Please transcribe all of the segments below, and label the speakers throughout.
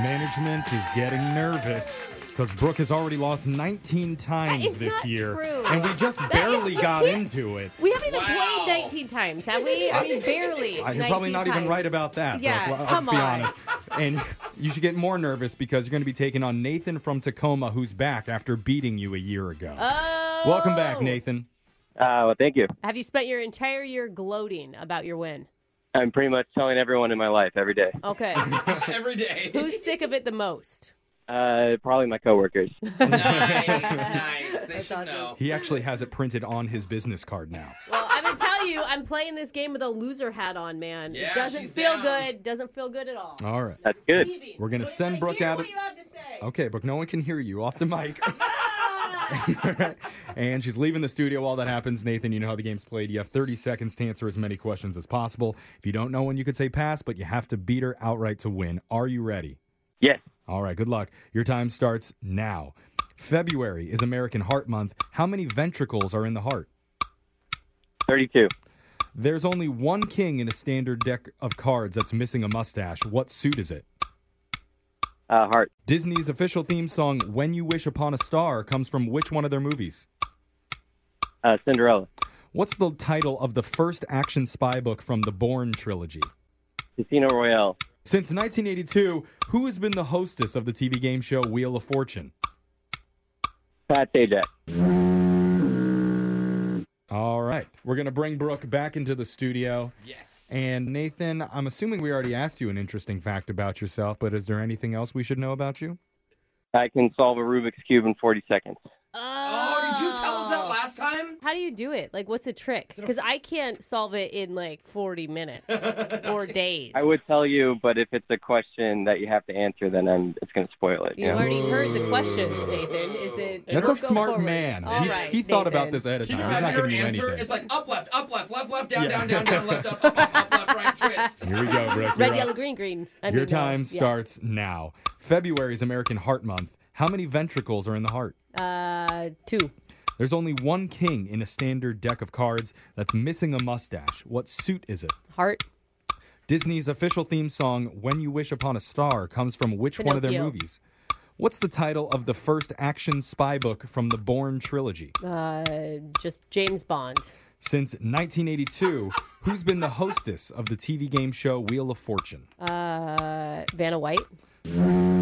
Speaker 1: Management is getting nervous because Brooke has already lost 19 times
Speaker 2: is
Speaker 1: this
Speaker 2: not
Speaker 1: year.
Speaker 2: true.
Speaker 1: And we just
Speaker 2: That is-
Speaker 1: barely
Speaker 2: you
Speaker 1: got
Speaker 2: can't-
Speaker 1: into it.
Speaker 2: We haven't even
Speaker 3: Wow.
Speaker 2: played 19 times, have we? I mean, barely.
Speaker 1: I- You're probably
Speaker 2: 19
Speaker 1: not even
Speaker 2: times.
Speaker 1: right about that.
Speaker 2: Yeah,
Speaker 1: Brooke. Let's
Speaker 2: come
Speaker 1: be
Speaker 2: on.
Speaker 1: honest. And you should get more nervous because you're going to be taking on Nathan from Tacoma, who's back after beating you a year ago.
Speaker 2: Oh.
Speaker 1: Welcome back, Nathan.
Speaker 4: Uh, well, thank you.
Speaker 2: Have you spent your entire year gloating about your win?
Speaker 4: I'm pretty much telling everyone in my life every day.
Speaker 2: Okay.
Speaker 3: every day.
Speaker 2: Who's sick of it the most?
Speaker 4: Uh, probably my coworkers.
Speaker 3: nice, nice. They
Speaker 2: That's
Speaker 3: should
Speaker 2: awesome.
Speaker 3: know.
Speaker 1: He actually has it printed on his business card now.
Speaker 2: Well, I'm going to tell you, I'm playing this game with a loser hat on, man.
Speaker 3: Yeah,
Speaker 2: it doesn't
Speaker 3: she's
Speaker 2: feel
Speaker 3: down.
Speaker 2: good. Doesn't feel good at all.
Speaker 1: All right.
Speaker 4: That's good.
Speaker 2: Leaving.
Speaker 1: Oh, We're gonna
Speaker 2: What do you
Speaker 1: send
Speaker 2: wanna
Speaker 1: Brooke
Speaker 2: hear
Speaker 1: out
Speaker 2: what
Speaker 1: of-
Speaker 2: you have to say?
Speaker 1: Okay, Brooke, no one can hear you off the mic. and she's leaving the studio while that happens. Nathan, you know how the game's played. You have 30 seconds to answer as many questions as possible. If you don't know one, you could say pass, but you have to beat her outright to win. Are you ready?
Speaker 4: Yes.
Speaker 1: All right, good luck. Your time starts now. February is American Heart Month. How many ventricles are in the heart?
Speaker 4: 32.
Speaker 1: There's only one king in a standard deck of cards that's missing a mustache. What suit is it?
Speaker 4: Uh, heart.
Speaker 1: Disney's official theme song, When You Wish Upon a Star, comes from which one of their movies?
Speaker 4: Uh, Cinderella.
Speaker 1: What's the title of the first action spy book from the Bourne trilogy?
Speaker 4: Casino Royale.
Speaker 1: Since 1982, who has been the hostess of the TV game show Wheel of Fortune?
Speaker 4: Pat Sajak.
Speaker 1: All right, we're going to bring Brooke back into the studio.
Speaker 3: Yes.
Speaker 1: And Nathan, I'm assuming we already asked you an interesting fact about yourself, but is there anything else we should know about you?
Speaker 4: I can solve a Rubik's Cube in 40 seconds.
Speaker 3: oh, did you tell us that last time?
Speaker 2: How do you do it? Like, what's a trick? Because I can't solve it in like 40 minutes or days.
Speaker 4: I would tell you, but if it's a question that you have to answer, then I'm, it's going to spoil it.
Speaker 2: You
Speaker 4: know?
Speaker 2: already heard the questions, Nathan. Is it?
Speaker 1: That's a
Speaker 2: Let's go
Speaker 1: smart
Speaker 2: forward.
Speaker 1: man.
Speaker 2: All
Speaker 1: he
Speaker 2: right,
Speaker 1: he thought about
Speaker 2: Nathan.
Speaker 1: this ahead of
Speaker 3: Can
Speaker 1: time.
Speaker 3: you
Speaker 1: He's not
Speaker 3: imagine her
Speaker 1: giving you
Speaker 3: answer?
Speaker 1: anything.
Speaker 3: It's like up, left, up, left, left, left, down,
Speaker 1: Yeah.
Speaker 3: down, down, down, left, up, up, up, up, left, right, twist.
Speaker 1: Here we go, Brooke.
Speaker 2: Red,
Speaker 1: You're
Speaker 2: yellow,
Speaker 1: up.
Speaker 2: green, green. I mean,
Speaker 1: Your
Speaker 2: no,
Speaker 1: time
Speaker 2: yeah.
Speaker 1: starts now. February is American Heart Month. How many ventricles are in the heart?
Speaker 2: Uh, two.
Speaker 1: There's only one king in a standard deck of cards that's missing a mustache. What suit is it?
Speaker 2: Heart.
Speaker 1: Disney's official theme song, When You Wish Upon a Star, comes from which one of their
Speaker 2: Pinocchio.
Speaker 1: movies? What's the title of the first action spy book from the Bourne trilogy?
Speaker 2: Uh, just James Bond.
Speaker 1: Since 1982, who's been the hostess of the TV game show Wheel of Fortune?
Speaker 2: Uh, Vanna White.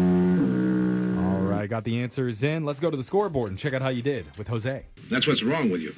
Speaker 1: All right, got the answers in. Let's go to the scoreboard and check out how you did with Jose.
Speaker 5: That's what's wrong with you.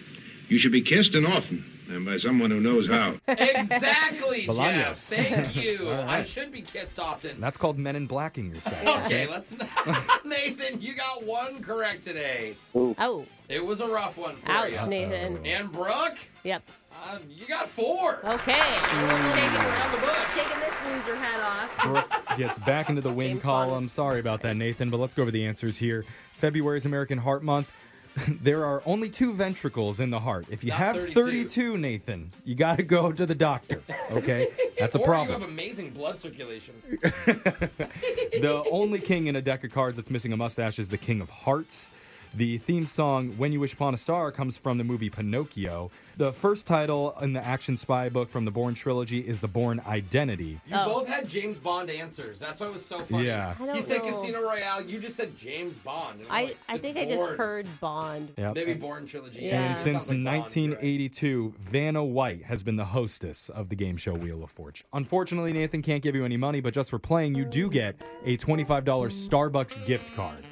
Speaker 5: You should be kissed and often, and by someone who knows how.
Speaker 3: Exactly, Jeff.
Speaker 1: Bolaños.
Speaker 3: Thank you.
Speaker 1: All right.
Speaker 3: I should be kissed often.
Speaker 1: That's called men in blacking yourself.
Speaker 3: Okay, let's not. Nathan, you got one correct today.
Speaker 2: Oh,
Speaker 3: It was a rough one for
Speaker 2: ouch,
Speaker 3: you.
Speaker 2: Nathan.
Speaker 3: And Brooke,
Speaker 2: Yep.
Speaker 3: uh, you got four.
Speaker 1: Oh.
Speaker 2: Okay.
Speaker 1: Mm.
Speaker 3: Around the book.
Speaker 2: Taking, taking this loser hat off.
Speaker 1: Brooke gets back into the win
Speaker 2: James Bond
Speaker 1: column.
Speaker 2: is-
Speaker 1: Sorry about that, Nathan, but let's go over the answers here. February's American Heart Month. There are only two ventricles in the heart. If you
Speaker 3: Not
Speaker 1: have 32.
Speaker 3: 32.
Speaker 1: Nathan, you got to go to the doctor. Okay? That's a
Speaker 3: or
Speaker 1: problem.
Speaker 3: you have amazing blood circulation.
Speaker 1: the only king in a deck of cards that's missing a mustache is the King of Hearts. The theme song When You Wish Upon a Star comes from the movie Pinocchio. The first title in the action spy book from the Bourne trilogy is The Bourne Identity.
Speaker 3: You both had James Bond answers. That's why it was so funny.
Speaker 1: Yeah.
Speaker 2: Oh. I don't
Speaker 3: He said
Speaker 2: know.
Speaker 3: Casino Royale. You just said James Bond. and I'm
Speaker 2: I,
Speaker 3: like,
Speaker 2: I
Speaker 3: it's
Speaker 2: think I just
Speaker 3: Bourne.
Speaker 2: heard Bond.
Speaker 1: Yep.
Speaker 3: Maybe Born trilogy.
Speaker 2: Yeah.
Speaker 1: And
Speaker 2: It
Speaker 1: since
Speaker 3: Sounds like Bond, you're right.
Speaker 1: 1982, Vanna White has been the hostess of the game show Wheel of Fortune. Unfortunately, Nathan can't give you any money, but just for playing, you do get a $25 Starbucks gift card.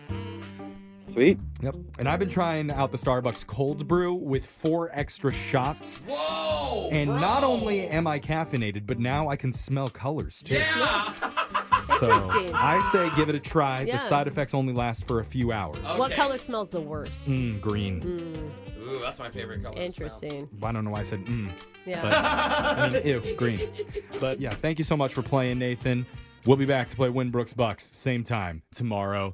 Speaker 4: Sweet.
Speaker 1: Yep. And I've been trying out the Starbucks cold brew with four extra shots.
Speaker 3: Whoa!
Speaker 1: And
Speaker 3: bro.
Speaker 1: not only am I caffeinated, but now I can smell colors too.
Speaker 3: Yeah.
Speaker 1: So
Speaker 2: Interesting.
Speaker 1: I say give it a try.
Speaker 2: Yeah. Oh.
Speaker 1: The side effects only last for a few hours.
Speaker 3: Okay.
Speaker 2: What color smells the worst?
Speaker 1: Mm, green.
Speaker 3: Ooh, that's my favorite color. to smell.
Speaker 2: Interesting.
Speaker 1: I don't know why I said mm.
Speaker 2: Yeah.
Speaker 1: But I mean, ew, green. But yeah, thank you so much for playing, Nathan. We'll be back to play Winbrooks Bucks same time tomorrow.